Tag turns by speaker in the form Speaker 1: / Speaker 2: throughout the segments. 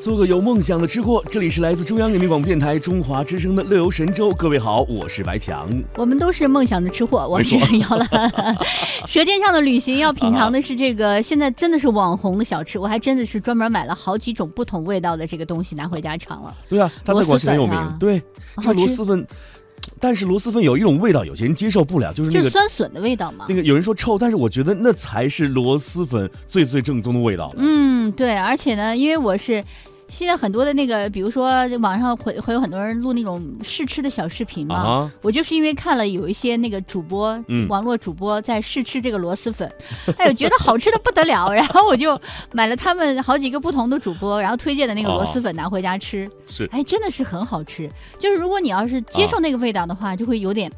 Speaker 1: 做个有梦想的吃货，这里是来自中央人民广播电台中华之声的乐游神州。各位好，我是白强。
Speaker 2: 我们都是梦想的吃货，我是 姚兰。舌尖上的旅行要品尝的是这个，现在真的是网红的小吃，我还真的是专门买了好几种不同味道的这个东西拿回家尝了。
Speaker 1: 对啊，他在广西很有名。
Speaker 2: 螺蛳粉啊
Speaker 1: 对，
Speaker 2: 好
Speaker 1: 这个螺
Speaker 2: 吃
Speaker 1: 蛳粉，但是螺蛳粉有一种味道，有些人接受不了，就是
Speaker 2: 这
Speaker 1: 那
Speaker 2: 是啊
Speaker 1: 个
Speaker 2: 酸笋的味道吗
Speaker 1: 那？个有人说臭，但是我觉得那才是螺蛳粉最最正宗的味道。
Speaker 2: 嗯，对，而且呢，因为我是。现在很多的那个，比如说网上会会有很多人录那种试吃的小视频嘛，
Speaker 1: 啊，
Speaker 2: 我就是因为看了有一些那个主播，
Speaker 1: 嗯
Speaker 2: 网络主播在试吃这个螺蛳粉，哎呦，觉得好吃的不得了， 然后我就买了他们好几个不同的主播，然后推荐的那个螺蛳粉拿回家吃，
Speaker 1: 是
Speaker 2: 哎，真的是很好吃。就是如果你要是接受那个味道的话，就会有点嘖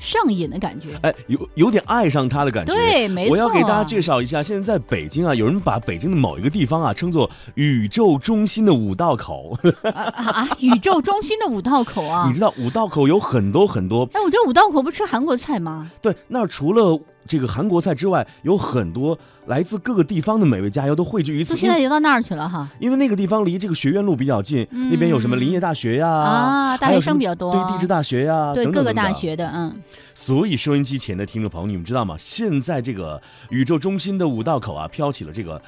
Speaker 2: 上瘾的感觉。
Speaker 1: 哎，有有点爱上它的感觉。
Speaker 2: 对，没错。
Speaker 1: 我要给大家介绍一下，现在在北京啊，有人把北京的某一个地方啊称作宇宙中心的五道口。
Speaker 2: 啊 啊啊宇宙中心的五道口啊
Speaker 1: 你！知道五道口有很多很多，
Speaker 2: 哎，我觉得五道口不吃韩国菜吗？
Speaker 1: 对，那儿除了这个韩国菜之外，有很多来自各个地方的美味佳肴都汇聚于
Speaker 2: 都
Speaker 1: 此。
Speaker 2: 现
Speaker 1: 因
Speaker 2: 在
Speaker 1: 为
Speaker 2: 游到那儿去了哈
Speaker 1: 因为那个地方离这个学院路比较近，那边有什么林业大学呀、
Speaker 2: 嗯啊，大
Speaker 1: 还
Speaker 2: 学
Speaker 1: 有什
Speaker 2: 生
Speaker 1: 么
Speaker 2: 比较多，
Speaker 1: 对地质大学呀、
Speaker 2: 对
Speaker 1: 等等
Speaker 2: 各个
Speaker 1: 等等
Speaker 2: 大。学的，嗯。
Speaker 1: 所以收音机前的听众朋友，你们知道吗？现在这个宇宙中心的五道口啊，飘起了这个。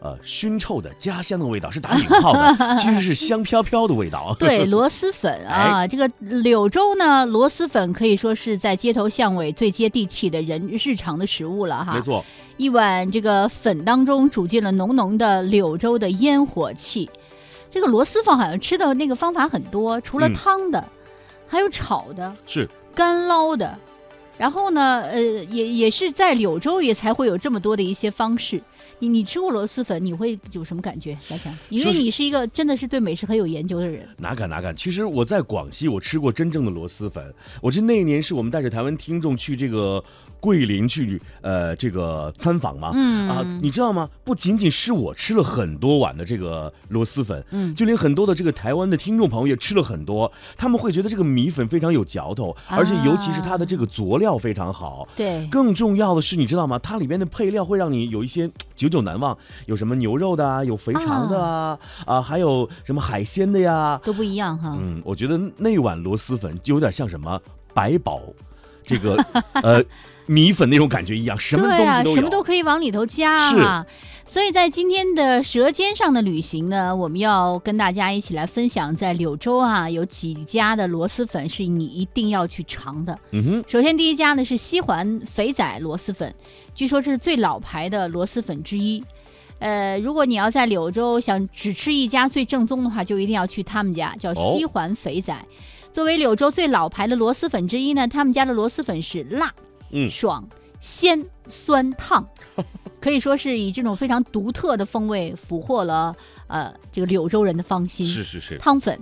Speaker 1: 呃，熏臭的家乡的味道是打引号 的，其实是香飘飘的味 道。
Speaker 2: 对，螺蛳粉
Speaker 1: 哎
Speaker 2: 啊，这个柳州呢，螺蛳粉可以说是在街头巷尾最接地气的人日常的食物了哈。
Speaker 1: 没，错，
Speaker 2: 一碗这个粉当中煮进了浓浓的柳州的烟火气。这个螺蛳粉好像吃的那个方法很多，除了
Speaker 1: 嗯
Speaker 2: 汤的，还有炒的、
Speaker 1: 是
Speaker 2: 干捞的，然后呢，呃，也也是在柳州也才会有这么多的一些方式。你你吃过螺蛳粉，你会有什么感觉，小强？因
Speaker 1: 说
Speaker 2: 为
Speaker 1: 实
Speaker 2: 你是一个真的是对美食很有研究的人。
Speaker 1: 哪敢哪敢！其实我在广西，我吃过真正的螺蛳粉。我记得那一年是我们带着台湾听众去这个桂林去旅呃这个参访嘛，
Speaker 2: 嗯
Speaker 1: 啊，你知道吗？不仅仅是我吃了很多碗的这个螺蛳粉，
Speaker 2: 嗯
Speaker 1: 就连很多的这个台湾的听众朋友也吃了很多，他们会觉得这个米粉非常有嚼头，
Speaker 2: 啊
Speaker 1: 而且尤其是它的这个佐料非常好。
Speaker 2: 对，
Speaker 1: 更重要的是，你知道吗？它里面的配料会让你有一些嗯久久难忘，有什么牛肉的啊，有肥肠的啊，啊，还有什么海鲜的呀，
Speaker 2: 都不一样哈。
Speaker 1: 嗯，我觉得那碗螺蛳粉就有点像什么百宝，这 个呃米粉那种感觉一样，什么东
Speaker 2: 对啊，
Speaker 1: 西都有。
Speaker 2: 什么都可以往里头加啊。所以在今天的《舌尖上的旅行》呢，我们要跟大家一起来分享，在柳州啊有几家的螺蛳粉是你一定要去尝的。
Speaker 1: 嗯哼，
Speaker 2: 首先第一家呢是西环肥仔螺蛳粉，据说这是最老牌的螺蛳粉之一。呃，如果你要在柳州想只吃一家最正宗的话，就一定要去他们家，
Speaker 1: 哦
Speaker 2: 叫西环肥仔。作为柳州最老牌的螺蛳粉之一呢，他们家的螺蛳粉是辣、
Speaker 1: 嗯
Speaker 2: 爽、鲜、酸、 烫，可以说是以这种非常独特的风味俘获了呃这个柳州人的芳心。
Speaker 1: 是是是，
Speaker 2: 汤粉、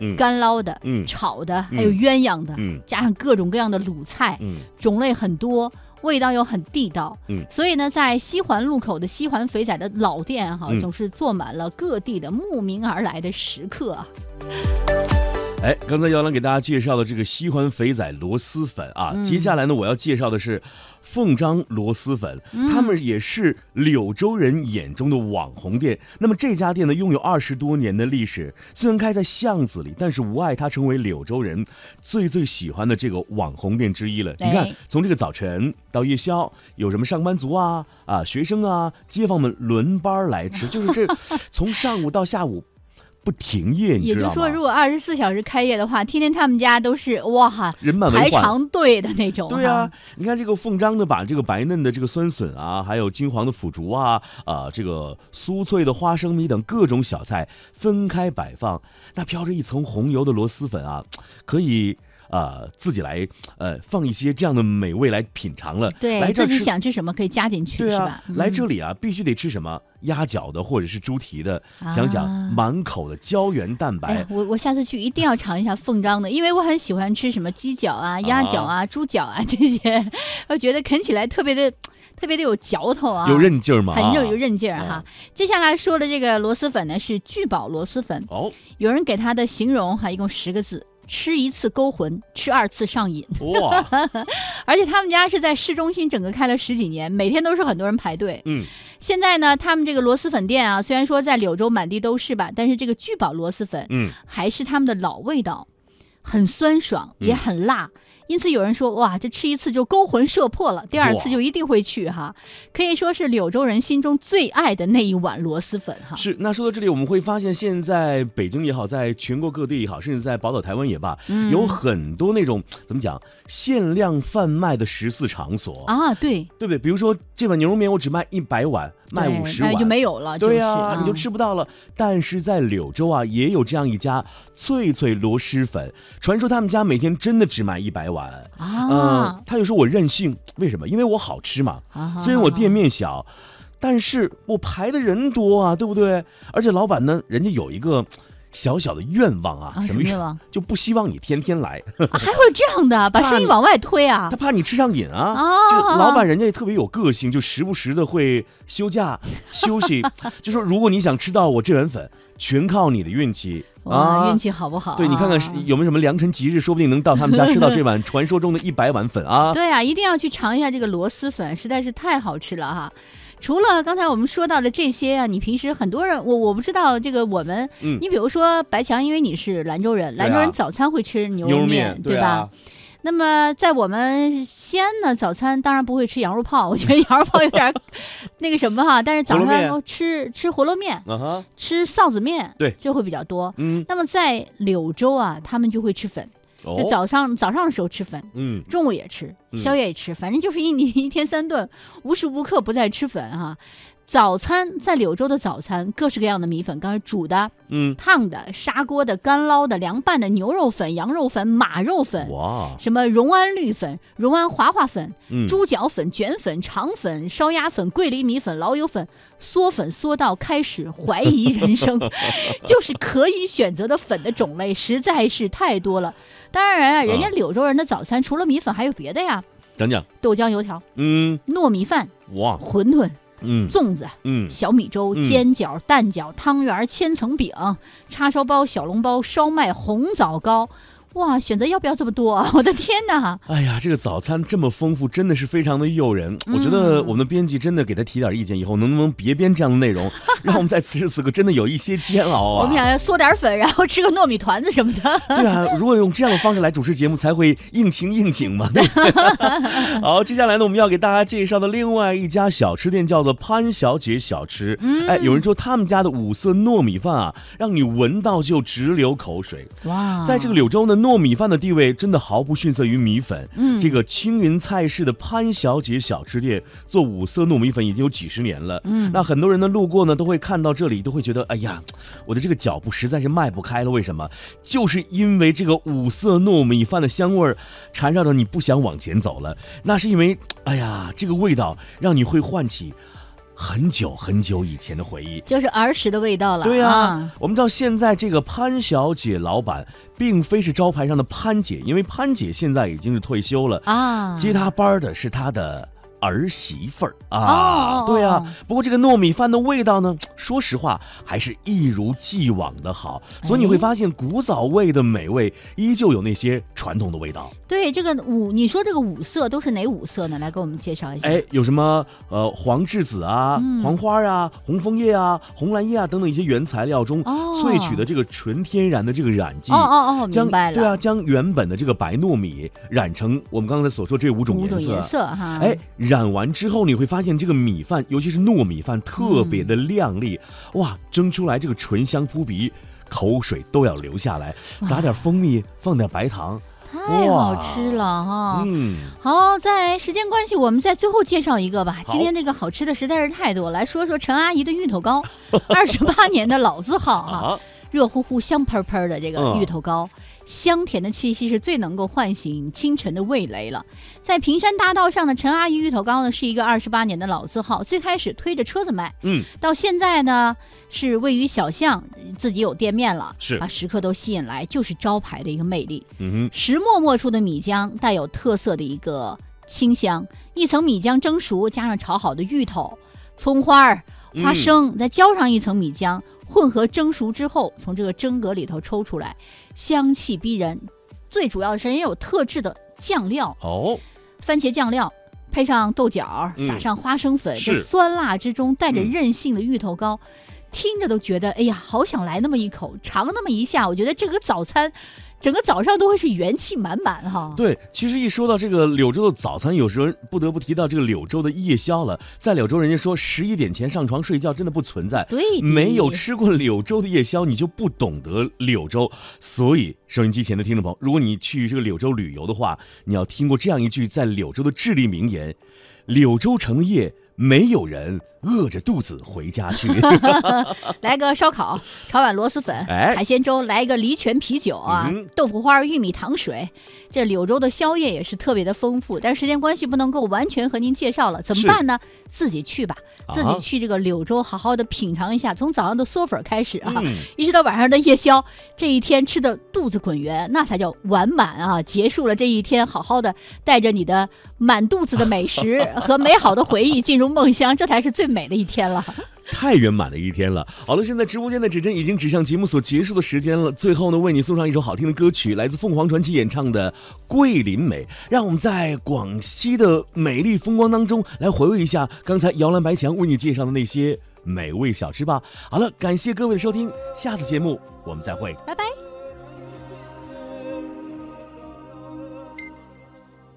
Speaker 1: 嗯
Speaker 2: 干捞的、
Speaker 1: 嗯
Speaker 2: 炒的，
Speaker 1: 嗯
Speaker 2: 还有鸳鸯的，
Speaker 1: 嗯
Speaker 2: 加上各种各样的卤菜，
Speaker 1: 嗯，
Speaker 2: 种类很多，味道又很地道。
Speaker 1: 嗯
Speaker 2: 所以呢，在西环路口的西环肥仔的老店哈、
Speaker 1: 嗯
Speaker 2: 总是坐满了各地的慕名而来的食客啊。
Speaker 1: 哎，刚才姚兰给大家介绍的这个西环肥仔螺蛳粉啊，
Speaker 2: 嗯
Speaker 1: 接下来呢，我要介绍的是凤张螺蛳粉，
Speaker 2: 嗯
Speaker 1: 他们也是柳州人眼中的网红店。那么这家店呢，拥有二十多年的历史，虽然开在巷子里，但是无碍它成为柳州人最最喜欢的这个网红店之一了。你看
Speaker 2: 哎，
Speaker 1: 从这个早晨到夜宵，有什么上班族啊、啊学生啊、街坊们轮班儿来吃，就是这从上午到下午不停业，你
Speaker 2: 也
Speaker 1: 知
Speaker 2: 就
Speaker 1: 道
Speaker 2: 是
Speaker 1: 吗？
Speaker 2: 说，如果二十四小时开业的话，天天他们家都是哇
Speaker 1: 人满为
Speaker 2: 排
Speaker 1: 患。
Speaker 2: 长队的那种。
Speaker 1: 对啊，，你看这个凤张的把这个白嫩的这个酸笋啊，还有金黄的腐竹啊，啊、这个酥脆的花生米等各种小菜分开摆放，那飘着一层红油的螺蛳粉啊，可以。啊、自己来，呃，放一些这样的美味来品尝了。来
Speaker 2: 对
Speaker 1: 这
Speaker 2: 自
Speaker 1: 儿
Speaker 2: 己
Speaker 1: 吃，
Speaker 2: 想吃什么可以加进去，
Speaker 1: 对
Speaker 2: 是
Speaker 1: 啊
Speaker 2: 吧？，嗯
Speaker 1: 来这里啊，必须得吃什么鸭脚的或者是猪蹄的，想想
Speaker 2: 啊
Speaker 1: 满口的胶原蛋白，
Speaker 2: 哎呀，我我下次去一定要尝一下凤张的，因为我很喜欢吃什么鸡脚啊、鸭脚啊、猪脚啊这些， 我觉得啃起来特别的、特别的有嚼头啊，
Speaker 1: 有韧劲儿吗？
Speaker 2: 很
Speaker 1: 啊
Speaker 2: 韧有韧劲儿哈。接下来说的这个螺蛳粉呢是聚宝螺蛳粉，
Speaker 1: 哦，
Speaker 2: 有人给它的形容哈一共十个字：吃一次勾魂，吃二次上瘾。
Speaker 1: 哇，
Speaker 2: 而且他们家是在市中心整个开了十几年，每天都是很多人排队。
Speaker 1: 嗯，
Speaker 2: 现在呢，他们这个螺蛳粉店啊，虽然说在柳州满地都是吧，但是这个聚宝螺蛳粉
Speaker 1: 嗯，
Speaker 2: 还是他们的老味道，很酸爽，
Speaker 1: 嗯
Speaker 2: 也很辣。因此有人说，哇，这吃一次就勾魂摄魄了，第二次
Speaker 1: 哇
Speaker 2: 就一定会去哈，可以说是柳州人心中最爱的那一碗螺蛳粉哈。
Speaker 1: 是。那说到这里，我们会发现，现在北京也好，在全国各地也好，甚至在宝岛台湾也罢，
Speaker 2: 嗯
Speaker 1: 有很多那种怎么讲限量贩卖的食肆场所，
Speaker 2: 啊，对，
Speaker 1: 对不对？比如说这碗牛肉面，我只卖一百碗，卖
Speaker 2: 对
Speaker 1: 五十碗
Speaker 2: 那就。啊嗯没有了，
Speaker 1: 对呀、啊
Speaker 2: 呀、
Speaker 1: 你就吃不到了。但是在柳州啊，也有这样一家脆脆螺蛳粉，传说他们家每天真的只卖一百碗。
Speaker 2: 啊
Speaker 1: 嗯，他就说我任性，为什么？因为我好吃嘛。
Speaker 2: 啊
Speaker 1: 虽然我店面小，但是我排的人多啊，对不对？而且老板呢，人家有一个小小的愿望啊，
Speaker 2: 啊什
Speaker 1: 么
Speaker 2: 么
Speaker 1: 愿
Speaker 2: 愿望？
Speaker 1: 就不希望你天天来，
Speaker 2: 啊还会有这样的，把
Speaker 1: 怕
Speaker 2: 生意
Speaker 1: 你
Speaker 2: 往外推啊
Speaker 1: 他！怕你吃上瘾啊。
Speaker 2: 哦
Speaker 1: 这个老板人家也特别有个性，就时不时的会休假休息， 就说如果你想吃到我这碗粉，全靠你的运气
Speaker 2: 哇，
Speaker 1: 啊
Speaker 2: 运。气好不好、啊？
Speaker 1: 对你看看是有没有什么良辰吉日，说不定能到他们家吃到这碗传说中的一百碗粉啊！
Speaker 2: 对啊，一定要去尝一下这个螺蛳粉，实在是太好吃了哈。除了刚才我们说到的这些啊，你平时很多人，我我不知道这个我们，
Speaker 1: 嗯
Speaker 2: 你比如说白强，因为你是兰州人，
Speaker 1: 对啊
Speaker 2: 兰州人早餐会吃牛
Speaker 1: 牛肉
Speaker 2: 面，
Speaker 1: 面
Speaker 2: 对吧？
Speaker 1: 啊，
Speaker 2: 那么在我们西安呢，早餐当然不会吃羊肉泡， 我觉得羊肉泡有点儿那个什么哈，但是早
Speaker 1: 胡萝
Speaker 2: 上
Speaker 1: 面
Speaker 2: 吃吃饸饹面，
Speaker 1: 啊哈，
Speaker 2: 吃臊子面，
Speaker 1: 对
Speaker 2: 这会比较多。
Speaker 1: 嗯，
Speaker 2: 那么在柳州啊，他们就会吃粉，就
Speaker 1: 哦，
Speaker 2: 早上、早上的时候吃粉，
Speaker 1: 嗯，
Speaker 2: 中午也吃，
Speaker 1: 嗯
Speaker 2: 宵夜也吃，反正就是一你一天三顿，无时无刻不在吃粉哈、早餐在柳州的早餐，各式各样的米粉，刚才煮的、
Speaker 1: 嗯，
Speaker 2: 烫的、砂锅的、干捞的、凉拌的牛肉粉、羊肉粉、马肉粉，
Speaker 1: 哇，
Speaker 2: 什么荣安绿粉、荣安滑滑粉、
Speaker 1: 嗯，
Speaker 2: 猪脚粉、卷粉、肠粉、烧鸭粉、桂林米粉、老友粉，缩粉缩到开始怀疑人生， 就是可以选择的粉的种类实在是太多了。当然啊，人家柳州人的早餐除了米粉还有别的呀，
Speaker 1: 讲讲，
Speaker 2: 豆浆、油条、
Speaker 1: 嗯，
Speaker 2: 糯米饭、
Speaker 1: 哇，
Speaker 2: 馄饨、
Speaker 1: 嗯
Speaker 2: 粽子、
Speaker 1: 嗯，
Speaker 2: 小米粥、
Speaker 1: 嗯
Speaker 2: 煎饺、蛋饺、汤圆、千层饼、叉烧包、小笼包、烧麦、红枣糕。哇，选择要不要这么多 啊？我的天哪！
Speaker 1: 哎呀，这个早餐这么丰富，真的是非常的诱人。我觉得我们的编辑真的给他提点意见，以后能不能别编这样的内 容，让我们在此时此刻真的有一些煎熬
Speaker 2: 我们想
Speaker 1: 啊。
Speaker 2: 要嗦点粉，然后吃个糯米团子什么的。
Speaker 1: 对啊，如果用这样的方式来主持节目，才会应情应景嘛，对不 对？好，接下来呢，我们要给大家介绍的另外一家小吃店叫做潘小姐小吃。哎，有人说他们家的五色糯米饭啊，让你闻到就直流口水。
Speaker 2: 哇
Speaker 1: 在这个柳州呢，糯米饭的地位真的毫不逊色于米粉。
Speaker 2: 嗯
Speaker 1: 这个青云菜市的潘小姐小吃店做五色糯米粉已经有几十年了。
Speaker 2: 嗯
Speaker 1: 那很多人呢路过呢都会看到这里，都会觉得哎呀，我的这个脚步实在是迈不开了。为什么？就是因为这个五色糯米饭的香味儿缠绕着你，不想往前走了。那是因为哎呀，这个味道让你会唤起很久很久以前的回忆。
Speaker 2: 就是儿时的味道了。
Speaker 1: 对呀、
Speaker 2: 啊
Speaker 1: 我们知道现在这个潘小姐老板并非是招牌上的潘姐，因为潘姐现在已经是退休了，
Speaker 2: 啊，
Speaker 1: 接她班儿的是她的。儿媳妇儿
Speaker 2: 哦哦
Speaker 1: 啊，
Speaker 2: 哦
Speaker 1: 对啊，不过这个糯米饭的味道呢，说实话还是一如既往的好，
Speaker 2: 哎
Speaker 1: 所以你会发现古早味的美味依旧有那些传统的味道。
Speaker 2: 对这个五，你说这个五色都是哪五色呢？来给我们介绍一下。
Speaker 1: 哎，有什么呃黄栀子啊、
Speaker 2: 嗯
Speaker 1: 黄花啊、红枫叶啊、红蓝叶啊等等一些原材料中
Speaker 2: 哦
Speaker 1: 萃取的这个纯天然的这个染剂，
Speaker 2: 哦哦哦，
Speaker 1: 将
Speaker 2: 明白了。
Speaker 1: 对啊，将原本的这个白糯米染成我们刚才所说这五种
Speaker 2: 五
Speaker 1: 颜
Speaker 2: 种
Speaker 1: 色。
Speaker 2: 颜色啊哈。
Speaker 1: 哎，染完之后你会发现这个米饭，尤其是糯米饭，特
Speaker 2: 嗯
Speaker 1: 别的亮丽，哇，蒸出来这个醇香扑鼻，口水都要流下来。撒点蜂蜜，放点白糖，
Speaker 2: 嗯太好吃了哈。
Speaker 1: 嗯，
Speaker 2: 好，在时间关系，我们在最后介绍一个吧。
Speaker 1: 好
Speaker 2: 今天这个好吃的实在是太多，来说说陈阿姨的芋头糕，二十八年的老字号哈、
Speaker 1: 啊，
Speaker 2: 热乎乎、香喷喷的这个
Speaker 1: 嗯
Speaker 2: 芋头糕，香甜的气息是最能够唤醒清晨的味蕾了。在平山大道上的陈阿姨芋头糕呢，是一个二十八年的老字号，最开始推着车子卖，
Speaker 1: 嗯，
Speaker 2: 到现在呢是位于小巷，自己有店面了，
Speaker 1: 是
Speaker 2: 把食客都吸引来，就是招牌的一个魅力。
Speaker 1: 嗯
Speaker 2: 石磨磨出的米浆带有特色的一个清香，一层米浆蒸熟，加上炒好的芋头、葱花儿、
Speaker 1: 嗯
Speaker 2: 花生，再浇上一层米浆，混合蒸熟之后，从这个蒸格里头抽出来，香气逼人，最主要的是人家有特制的酱料，
Speaker 1: 哦，
Speaker 2: 番茄酱料。配上豆角，
Speaker 1: 嗯
Speaker 2: 撒上花生粉，这
Speaker 1: 是
Speaker 2: 酸辣之中带着
Speaker 1: 嗯
Speaker 2: 韧性的芋头糕，听着都觉得哎呀，好想来那么一口，尝那么一下，我觉得这个早餐，整个早上都会是元气满满哈。
Speaker 1: 对，其实一说到这个柳州的早餐，有时候不得不提到这个柳州的夜宵了。在柳州，人家说十一点前上床睡觉真的不存在。
Speaker 2: 对的，
Speaker 1: 没有吃过柳州的夜宵，你就不懂得柳州。所以，收音机前的听众朋友，如果你去这个柳州旅游的话，你要听过这样一句在柳州的至理名言：柳州城的夜，没有人饿着肚子回家去。
Speaker 2: 来个烧 烤，炒碗螺蛳粉，
Speaker 1: 哎
Speaker 2: 海鲜粥，来一个梨泉啤酒啊，
Speaker 1: 嗯
Speaker 2: 豆腐花、玉米糖水。这柳州的宵夜也是特别的丰富，但时间关系不能够完全和您介绍了，怎么
Speaker 1: 是
Speaker 2: 办呢？自己去吧，
Speaker 1: 啊
Speaker 2: 自己去这个柳州好好的品尝一下，从早上的嗦粉开始啊，
Speaker 1: 嗯
Speaker 2: 一直到晚上的夜宵，这一天吃的肚子滚圆，那才叫完满啊！结束了这一天，好好的带着你的满肚子的美食和美好的回忆进入梦乡，这才是最美的一 天了。
Speaker 1: 太圆满的一天了。好了，现在直播间的指针已经指向节目所结束的时间了。最后呢，为你送上一首好听的歌曲，来自凤凰传奇演唱的《桂林美》，让我们在广西的美丽风光当中来回味一下刚才摇篮白墙为你介绍的那些美味小吃吧。好了，感谢各位的收听，下次节目我们再会。
Speaker 2: 拜拜。